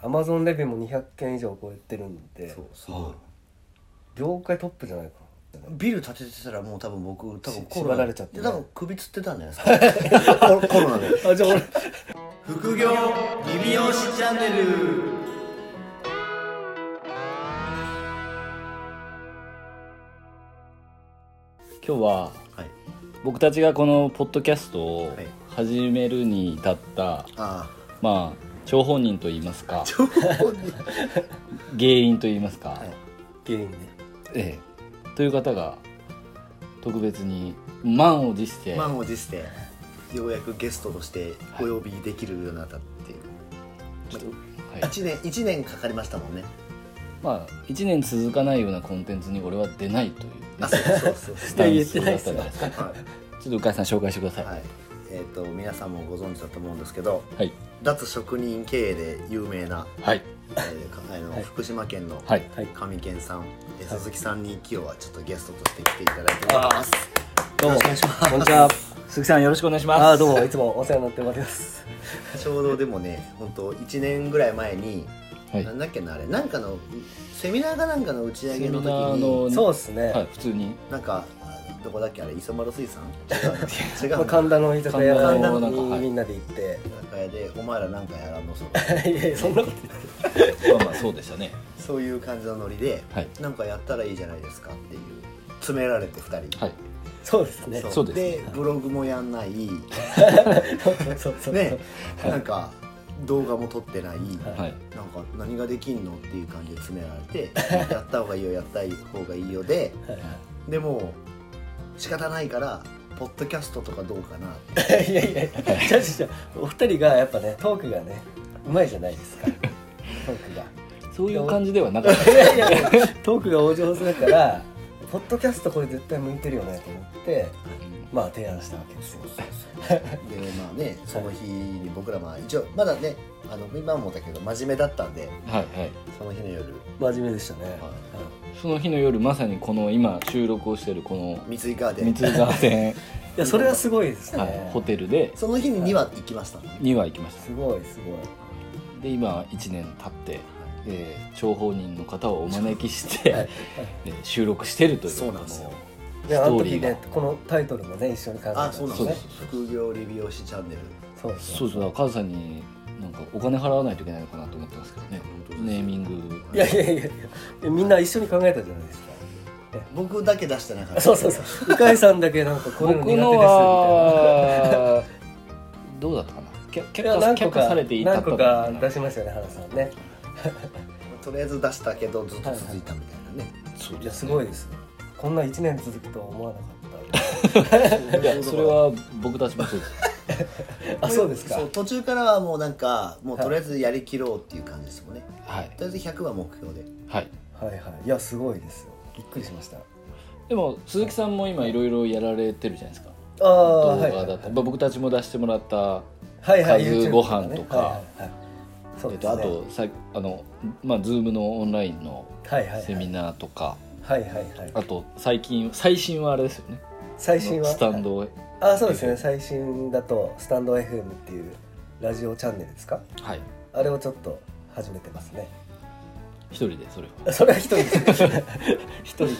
アマゾンレビューも200件以上超えてるんでそうすごい業界トップじゃないかビル建ててたらもう多分僕多分しコロナ縛られちゃってねで多分首つってたん じゃないですかコロコロナでなあじゃあ俺副業リビオシチャンネル今日ははい僕たちがこのポッドキャストをはい始めるに至った、あまあ張本人といいますかあ本人原因といいますか、い原因でええという方が特別に満を持して満を持してようやくゲストとしてお呼びできるようになったっていう、ちょっとはい1年一年かかりましたもんねまあ1年続かないようなコンテンツに俺は出ないというね、あそうそうそうそスうタンスだったじゃないですかはちょっと鵜飼さん紹介してください、いはい、えっ、と皆さんもご存知だと思うんですけどはい脱職人経営で有名な、はいえーかあのはい福島県のはいはい上健さん、えーはい鈴木さんに今日はちょっとゲストとして来ていただいてますどうもこんにちは鈴木さんよろしくお願いしますあーどうもいつもお世話になってますちょうどでもね本当1年ぐらい前に、はいなんだっけなあれなんかのセミナーかなんかの打ち上げの時セミナにーのそうですね、はい普通になんかあどこだっけあれ磯丸水 産違うのまあ、違うの神田の居酒屋神田のにはいみんなで行って、 中屋でお前らなんかやらんのそい、やいやそんなこと言ってまあまあ そうでしたねそういう感じのノリではいなんかやったらいいじゃないですかっていう詰められて2人、はいそうですねそうですねブログもやんないそうそうそうねなんか動画も撮ってない、はいなんか何ができんのっていう感じで詰められて やった方がいいよやった方がいいよででも仕方ないからポッドキャストとかどうかなっ ていやいやいやじゃあじゃあお二人がやっぱねトークがねうまいじゃないですかトークがそういう感じではなかったいやいやいや トークがお上手だからポッドキャストこれ絶対向いてるよねと思ってまあ提案したわけですよでまあねその日に僕らまあ一応まだねあの今もだけど真面目だったんではいはいその日の夜真面目でしたね、はその日の夜まさにこの今収録をしてるこの三井ガーデ三井 ン川線、い、やそれはすごいですね、はい、ホテルでその日に2は行きましたね2は行きましたすごいすごいで今1年経って、えー、諜報人の方をお招きして、はいえー収録してるというそうなんですよこであの時ストーリーねこのタイトルもね一緒に考えたあそうなんそうでですね副業レビューしチャンネルそうのそうそうだからカズさんになんかお金払わないといけないのかなと思ってますけどね本当ですネーミングいやいやいやいやみんな一緒に考えたじゃないですか僕だけ出してなかったそうそうそう鵜飼さんだけなんかこういうの苦手僕ですみのはどうだったかな却たいな却下いや何個却か下されていた何個かかな出しましたよね原さんねとりあえず出したけどずっと続いたみたいなね、そういでやすすねごいですこんな1年続くとは思わなかっ いやそれは僕たちもそうですたあそうですか途中からはもうなんかもうはいとりあえずやりきろうっていう感じですもんね、はいとりあえず100は目標ではいはいはいいやすごいですよびっくりしましたでも鈴木さんも今いろいろやられてるじゃないですかああ動は画いはいだったりまあ僕たちも出してもらったはいはいカズ YouTube ご飯とかはいはいはいそうえっですと、ねあとさあの、まあ、Zoom のオンラインのはいはいはいセミナーとか、はいはいはいあと最近最新はあれですよね最新はスタンドをあそうですね最新だとスタンド FM っていうラジオチャンネルですかはいあれをちょっと始めてますね 一人でそれをそれは一人ですね一人で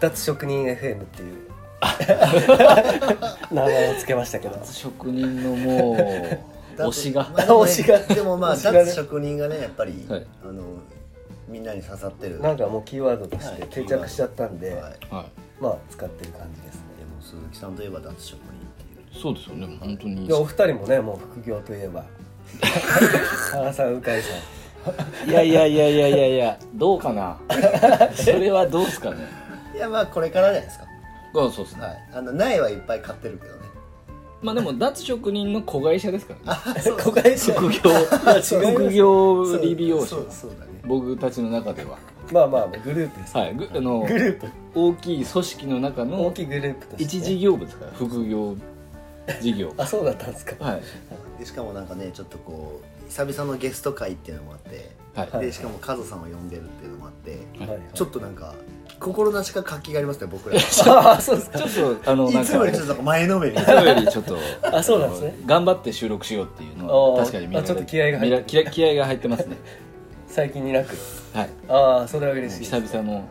脱職人 FM っていう名前をつけましたけど職人の もうだって推しがまあでもね推しがでもまあ推しがね脱職人がねやっぱり、はいあのみんなに刺さってるなんかもうキーワードとしてはい定着しちゃったんで、はい、はまあ使ってる感じですねでも鈴木さんといえば脱職人っていういそうですよね本当にいやお二人もねもう副業といえ ば原さん鵜飼さんいやいやいやいやいやいやどう かなそれはどうですかね いやまあこれからじゃないですかあそうですね、はいあの苗はいっぱい買ってるけどねまあでも脱職人の子会社ですから ね子会社 副業副業理美容師そうそうだね僕たちの中ではまあまあグループです、はいぐあのグループ大きい組織の中の大きいグループとして、一事業部ですから副業事業あそうだったんですかはいでしかもなんかねちょっとこう久々のゲスト会っていうのもあって、はいはいでしかもカズさんを呼んでるっていうのもあって、はいはいちょっとなんか志か活気がありますね僕らいああそうですかちょっとあのなんつもかよいりちょっと前のめりにつもよりちょっと あそうなんですね頑張って収録しようっていうのはあー確かにみんなあちょっと気合が入ってるみんな気合気合が入っ てますね最近になくはいああそれは嬉しいです久々のはい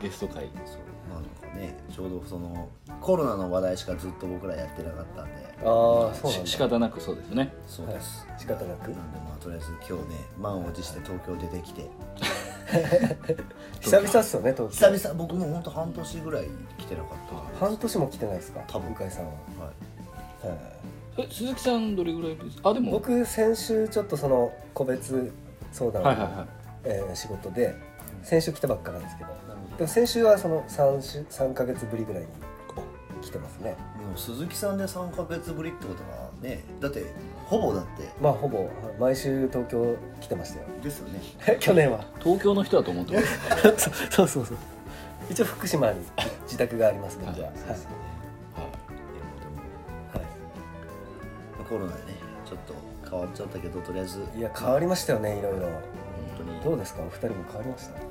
ゲスト会そうなんかねちょうどそのコロナの話題しかずっと僕らやってなかったんでああそうなんしだ仕方なくそうですねそうです、はい仕方なくんでまあとりあえず今日ね満を持して東京出てきて久々っすよね東京久々僕も本当半年ぐらい来てなかったから半年も来てないですか多分向井さんは、はいはいえ鈴木さんどれぐらいぶりですあでも僕先週ちょっとその個別相談、はいはいはえー仕事で先週来たばっかなんですけどなるほでも先週はその3週三ヶ月ぶりぐらいに来てますねどもう鈴木さんで3か月ぶりってことはねだってほぼだってまあほぼ毎週東京来てましたよですよね去年はい東京の人だと思ってます そうそうそうそう一応福島に自宅があります僕は、ははいいそうですよねはいいやもうはでもコロナでねちょっと変わっちゃったけどとりあえずい、いや変わりましたよねいろいろ本当どにうですかお二人も変わりましたい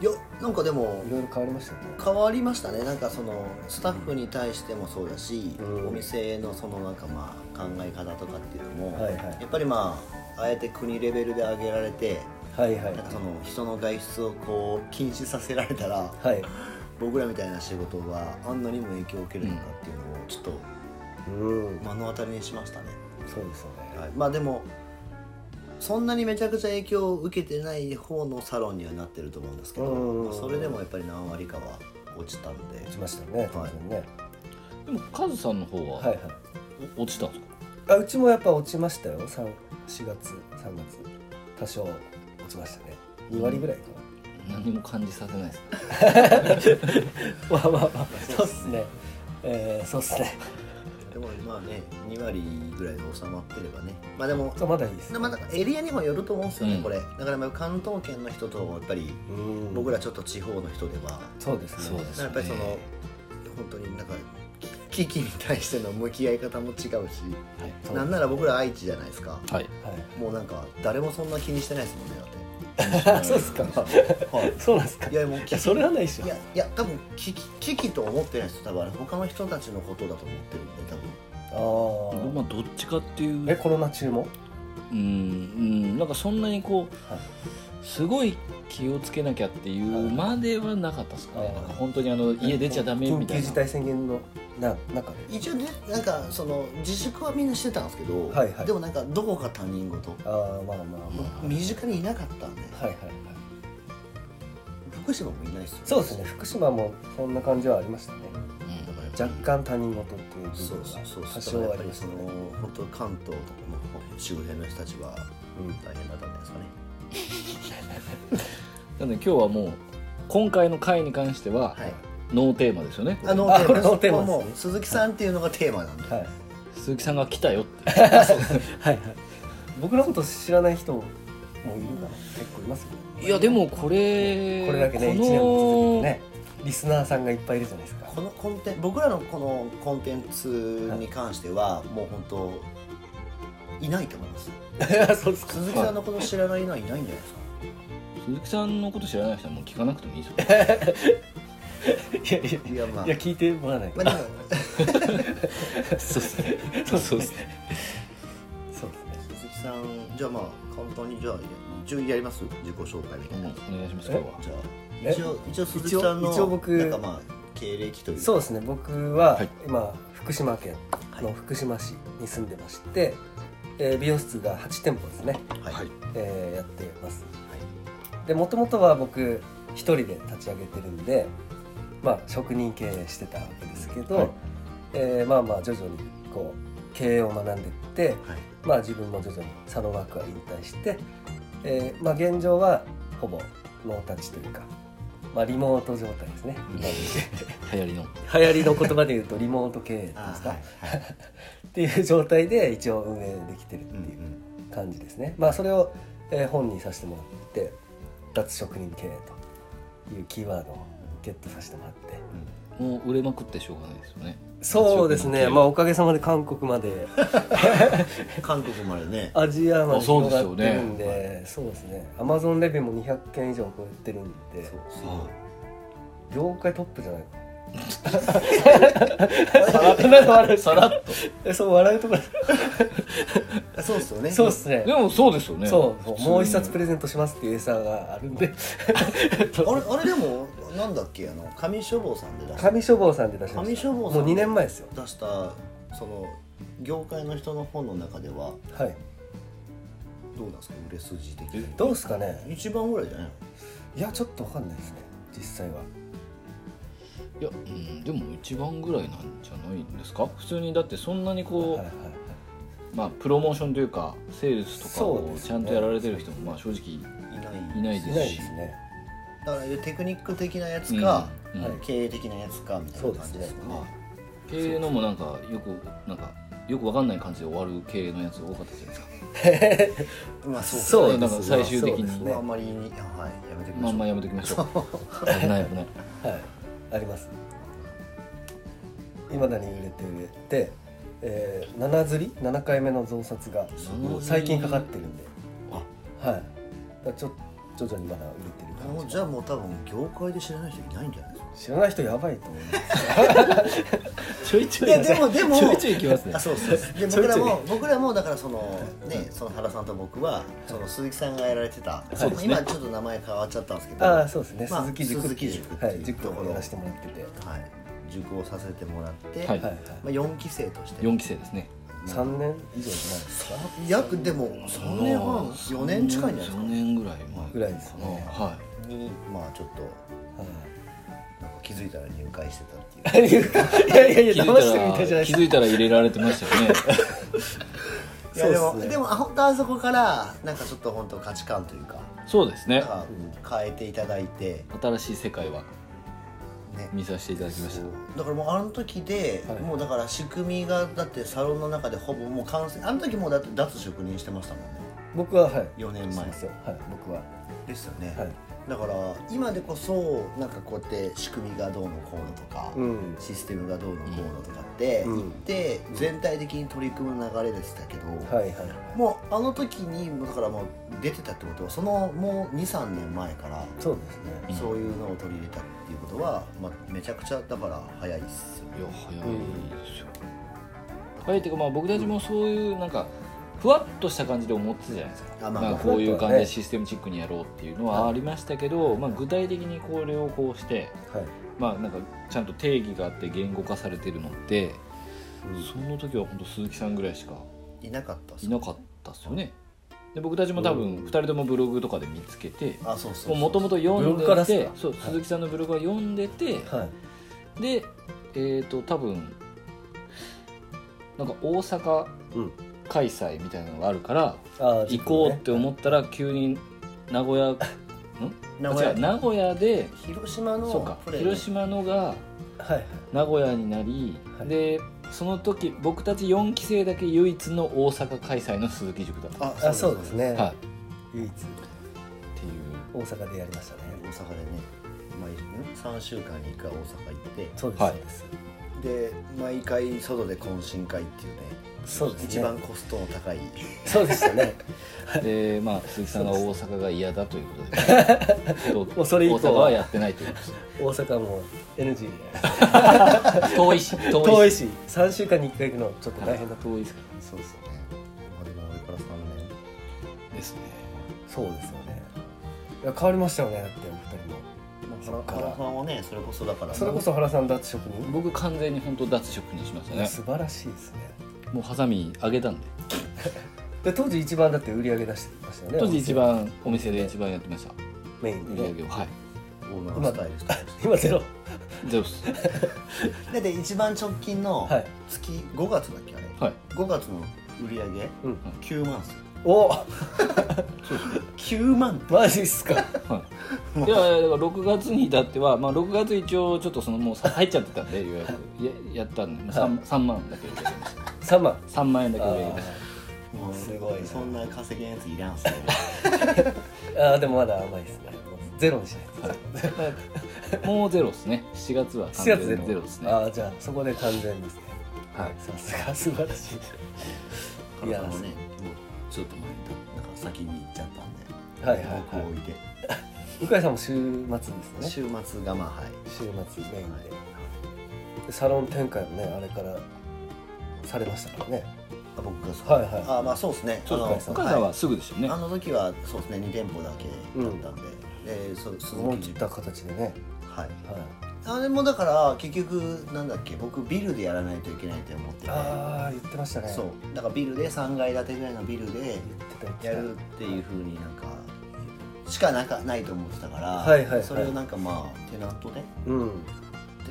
いやなんかでもろいろ変わりましたよね変わりましたねなんかそのスタッフに対してもそうだし、うんお店のそのなんかまあ考え方とかっていうのも、はいはいやっぱりまああえて国レベルで上げられてはいはいなんかその人の外出をこう禁止させられたら はい僕らみたいな仕事はあんなにも影響を受けるのかっていうのをちょっとうん目の当たりにしましたね、そうですよねはい、まあでもそんなにめちゃくちゃ影響を受けてない方のサロンにはなってると思うんですけど、うんまあそれでもやっぱり何割かは落ちたんで落ちましたよね当はい然ねでもカズさんの方はいははいお落ちたんですかあうちもやっぱ落ちましたよ3 4月3月多少落ちましたね2割ぐらいか何も感じさせないですな、まあまあまあそうっすねえー、そうっすねでもまあね2割ぐらいで収まってればねまあでもそうまだいいですまあなんかエリアにもよると思うんですよね、うんこれだからまあ関東圏の人とやっぱりうん僕らちょっと地方の人では、そうですねそうですやっぱりそのね本当になんか危機に対しての向き合い方も違うし、そうなんなら僕ら愛知じゃないですかはいはもうなんか誰もそんな気にしてないですもんねいそうっすかだって、 はい、そうなんですかいやもういやそれはないっしょいやいや多分危機危機と思ってない人多分あれ他の人たちのことだと思ってるんで多分ああ僕まあどっちかっていうえコロナ中もうんうんなんかそんなにこう、はいすごい気をつけなきゃっていうまではなかったですかね、はいなんか本当にあの家出ちゃダメみた緊急いな事態宣言のな中で一応ねなんかその自粛はみんなしてたんですけど、はいはいでもなんかどこか他人事ああまあまあままあ身近にいなかったんであはいはいはい福島もいないですよそうですね福島もそんな感じはありましたねうんだから若干他人事っていう部そう分そうそうが多そう少やあっぱりりましそたのね本当関東とかの周辺の人たちはうん大変だったんじゃないですかねなので今日はもう今回の回に関しては、はいノーテーマですよねあのあこれのテーマですねもう鈴木さんっていうのがテーマなんで、はい鈴木さんが来たよってはいはい僕のこと知らない人もいるかな結構いますよいやでもこれこれだけね1この年も続けてねリスナーさんがいっぱいいるじゃないですかこのコンテン僕らのこのコンテンツに関してはもう本当いないと思いますそうです鈴木さんのこと知らないのはいないんじゃないですか鈴木さんのこと知らない人はもう聞かなくてもいいですよいやいやいやまあいや聞いてもらわないまあとでもそうですねそうですねそうですね鈴木さんじゃあまあ簡単にじゃあ一応やります自己紹介みたいな、お願いします今日はじゃあえ一応一応鈴木さんの一応僕なんかまあ経歴というかそうですね僕ははい今福島県の福島市に住んでましてえー美容室が8店舗ですねはい、はいえーやってますでもともとは僕一人で立ち上げてるんでまあ職人経営してたわけですけど、はいえーまあまあ徐々にこう経営を学んでってはいまあ自分も徐々にサロンワークは引退して、えーまあ現状はほぼノータッチというか、まあ、リモート状態ですね流行りの流行りの言葉で言うとリモート経営っていうん あですーか、はいはいっていう状態で一応運営できてるってうんいう感じですねまあそれを、えー本にさせてもらって脱職人経営というキーワードをゲットさせてもらってもう売れまくってしょうがないですよねそうです脱職ね人経営まあおかげさまで韓国ま でうん韓国までねアジアまであそうで広すがよっねてるんでそうですねアマゾンレビューも200件以上超えてるんでそうそう業界トップじゃないのさら っとなんか笑うさらっとえそう笑うところ そうっすよねそうですねでもそうですよねそうそうもう一冊プレレゼントしますっていうエサーがあるん であれあれでもなんだっけあの紙書房さんで出した紙書房さんで出しま紙した書も房うさん2年前ですよ出したその業界の人の本の中でははいどうなんですか売れ筋的にどうですかね一番ぐらいじゃないのいやちょっとわかんないですね実際は。いや、うん、でも一番ぐらいなんじゃないんですか普通にだってそんなにこう、はいはいはいまあプロモーションというかセールスとかそうをですねちゃんとやられてる人もまあ正直いないいないいでなすいしですね。だからテクニック的なやつか、うんはいうん経営的なやつかみたいな感じですよそうね経営のもなんかよくなんかよくわかんない感じで終わる経営のやつ多かったじゃないですかまあそうですねですなんか最終的にそうですまあねあんまりはいやめてくだまあんまさいやめときましょう危ない危ないはい。あります。未だに売れて売れて、えー、7釣り7回目の増刷がごい最近かかってるんで。あはい。だからちょ徐々にまだ売れてる感もうじゃあもう多分業界で知らない人いないんじゃないですかじ。知らない人やばいと思います。 ちょいちょいいやでもでもちょいちょい行きますねあそうそうそうでちょいちょ僕らいも僕らもだからそのねその原さんと僕はその鈴木さんがやられてた、そうですね今ちょっと名前変わっちゃったんですけ どああそうですね。まあ鈴木塾鈴木塾っていうはい塾ところをやらせてもらってて。ははい塾をさせてもらって、はいいはい。まあ、4期生として4期生ですね3年以上じゃない。約でも3年半4年近いんじゃ4ないで年ぐらい前ぐらいですねかなはすかにまあちょっとはいなんか気づいたら入会してたっていうい やいやいいや騙してるみたいじゃない気ですづいたら入れられてましたよ ねいやでそもうっすねでもあ本当あそこからなんかちょっと本当価値観というかそうですねなんか変えていただいて新しい世界はね見させていただきましただからもうあの時で、はいもうだから仕組みがだってサロンの中でほぼもう完成あの時もうだって脱職人してましたもんね僕ははい4年そう前ですよはい僕はですよね、はいだから今でこそなんかこうやって仕組みがどうのこうのとか、うんシステムがどうのこうのとかってうん言って、全体的に取り組む流れでしたけど、はいはいもうあの時にもうだからもう出てたってことはそのもう23年前からそうですねうんそういうのを取り入れたっていうことは、まあ、めちゃくちゃだから早いっすよいや早いですよ、早いっていうかまあ僕たちもそういうなんかふわっとした感じで思ってたじゃないですかあまあなんまかあこういふわっう感じとはねでシステムチックにやろうっていうのはありましたけど、まあ、具体的にこれをこうして、はいまあ、なんかちゃんと定義があって言語化されてるのって、その時は本当鈴木さんぐらいしかいなかったっすいなかったですよねで僕たちも多分2人ともブログとかで見つけてあそうそうそうもともと読んブログからっですてかそうはい鈴木さんのブログは読んでて、はいでえっ、と多分なんか大阪うん開催みたいなのがあるからあ行こうって思ったら急に名古屋名あ違う名古屋で広島のそうかプレー広島のがはいはい名古屋になり、はいでその時僕たち4期生だけ唯一の大阪開催の鈴木塾だった、ああそうですねはい、っ唯一ていう大阪でやりましたね大阪でね、まあ、3週間に1回大阪行ってそうですはいそうですで毎回外で懇親会っていうねそうですね一番コストの高いそうでしたねでまあ鈴木さんが大阪が嫌だということでもうそれ以降大は阪はやってないということで大阪も NG で遠いし遠遠いいし3週間に1回行くのちょっと大変だと遠いですそうですよねまあでも俺から3年ですねそうですよねいや変わりましたよねだってお二人もそまあっかカらラファンはねそれこそだからそれこそ原さん脱職人僕完全に本当脱職にしましたね素晴らしいですねもうハサミ上げたんでで当時一番だって売り上げ出してましたよね当時一番お店で一番やってましたメインで売り上ねげをはいオーナースタイルとか今ゼロゼロですだって一番直近のはい月5月だっけあれはい5月の売り上げうん9万っすよお9万マジっすかはい、いやいやだから6月に至っては、まあ、6月一応ちょっとそのもうさ入っちゃってたんで予約ややったんで 3, 3万だけ売り上げました3万3万円だけ売り上げましあもうすごいなそんな稼げんやついらんっすねーでもまだ甘いですねゼロにしないとた もうゼロですね7月は7月ゼ完全ロにゼロですねああじゃあそこで完全ですねはいさすが素晴らしいカ いラやファンはねもうちょっと前になんか先に行っちゃったんではいはいはい僕を置いて向井さんも週末ですね週末がまあはい週末メインはいででサロン展開もねあれからされましたからねあ僕がさはいはいあまあそうですねそうあでのすおね母さんはすぐですよねあの時はそうですね2店舗だけだったんで、でそう鈴思い木切った形でね、はいはい、あれもだから結局なんだっけ僕ビルでやらないといけないと思っててああ言ってましたねそうだからビルで3階建てぐらいのビルで言ってた言ってたやるっていうふうになんかしかなんかないと思ってたから、はいはいはいそれをなんかまあテナントでうんで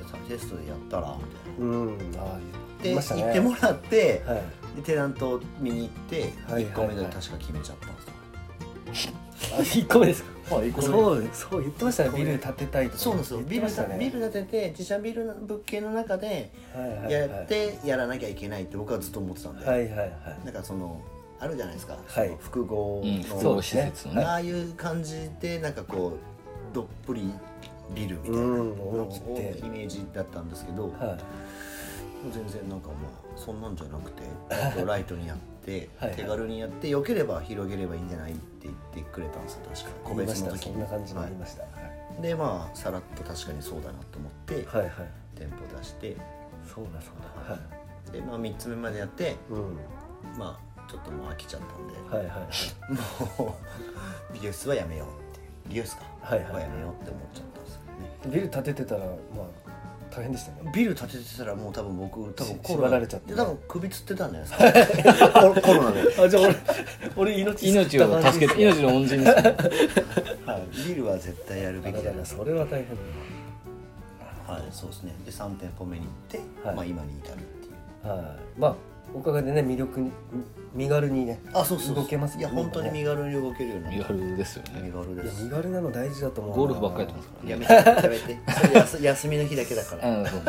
さテストでやったらみたいな。うんああ言ってでましたね行ってもらって、はいでテナント見に行ってはいはいはい1個目で確か決めちゃったんですよ、 1個目ですかはいこれそうそう言ってましたねこれビル建てたいとかそうなんですよ言っビてル,、ましたねビル建てて自社ビルの物件の中ではいはいはいやってやらなきゃいけないって僕はずっと思ってたんで、はいはいはいなんかそのあるじゃないですか、はいその複合うんの、複合施設のねああいう感じでなんかこうどっぷりビルみたいなうんのを思い切ってイメージだったんですけど、はい全然なんかまあそんなんじゃなくてもっとライトにやってはいはい手軽にやってよければ広げればいいんじゃないって言ってくれたんですよ確か個言いま別しのた時そにんな感じになりはましたはいいでまあさらっと確かにそうだなと思って、はいはい店舗出して、そうだそうだははいいでまあ3つ目までやってうんまあちょっともう飽きちゃったはんで、いはいもう 美容室はやめようっていう美容室か、はいはいやめようって思っちゃったんですけどねビル建ててたらまあ大変でしたねビル建ててたらもう多分僕多分し縛られちゃってで多分首つってたんじゃないですか コロコロナで、あじゃあ俺 俺命命を助けて 命の恩人ですねはい、ビルは絶対やるべきじゃないですそれは大変だかはいそうですねで3店舗目に行って、はいまあ今に至るっていうはいまあおかげでね魅力に身軽にねあそうそうそう動けますねいや本当に身軽に動けるようにな身った軽ですよね身軽いでやす身軽なの大事だと思うなゴルフばっかりやってますからねやめてやめ てそれ休休みの日だけだからうんそう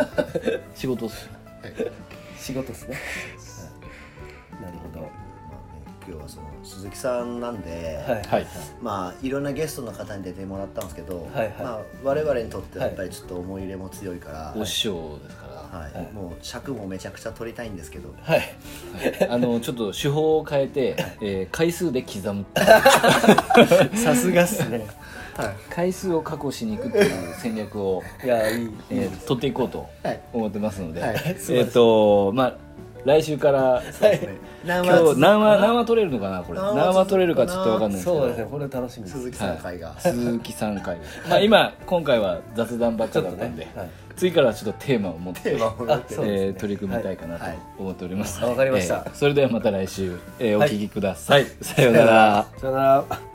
仕事っす仕事ですね、はいなるほどまあね、今日はその鈴木さんなんで、はいはいまあいろんなゲストの方に出てもらったんですけど、はいはいまあ、我々にとってはやっぱりちょっと思い入れも強いから、はいお師匠ですからはいもう尺もめちゃくちゃ取りたいんですけどはいはいあのちょっと手法を変えてえー回数で刻むさすがっすね 回数を確保しに行くっていう戦略を いやいいいいえー取っていこうとはい思ってますので、はいえっ、とまあ来週から何今日話何話何話取れるのかなこれ何話何話取れるかちょっとわかんないんですけそうですねどこれ楽しみです鈴木さんの会が、鈴木さん回 まあ今今回は雑談ばっかだったんで、ちょっとねはい次からはちょっとテーマを持ってテーマを持ってそうですねえー取り組みたいかなと思っておりますはいわかりましたえーそれではまた来週、えーお聞きください、さようならさよなら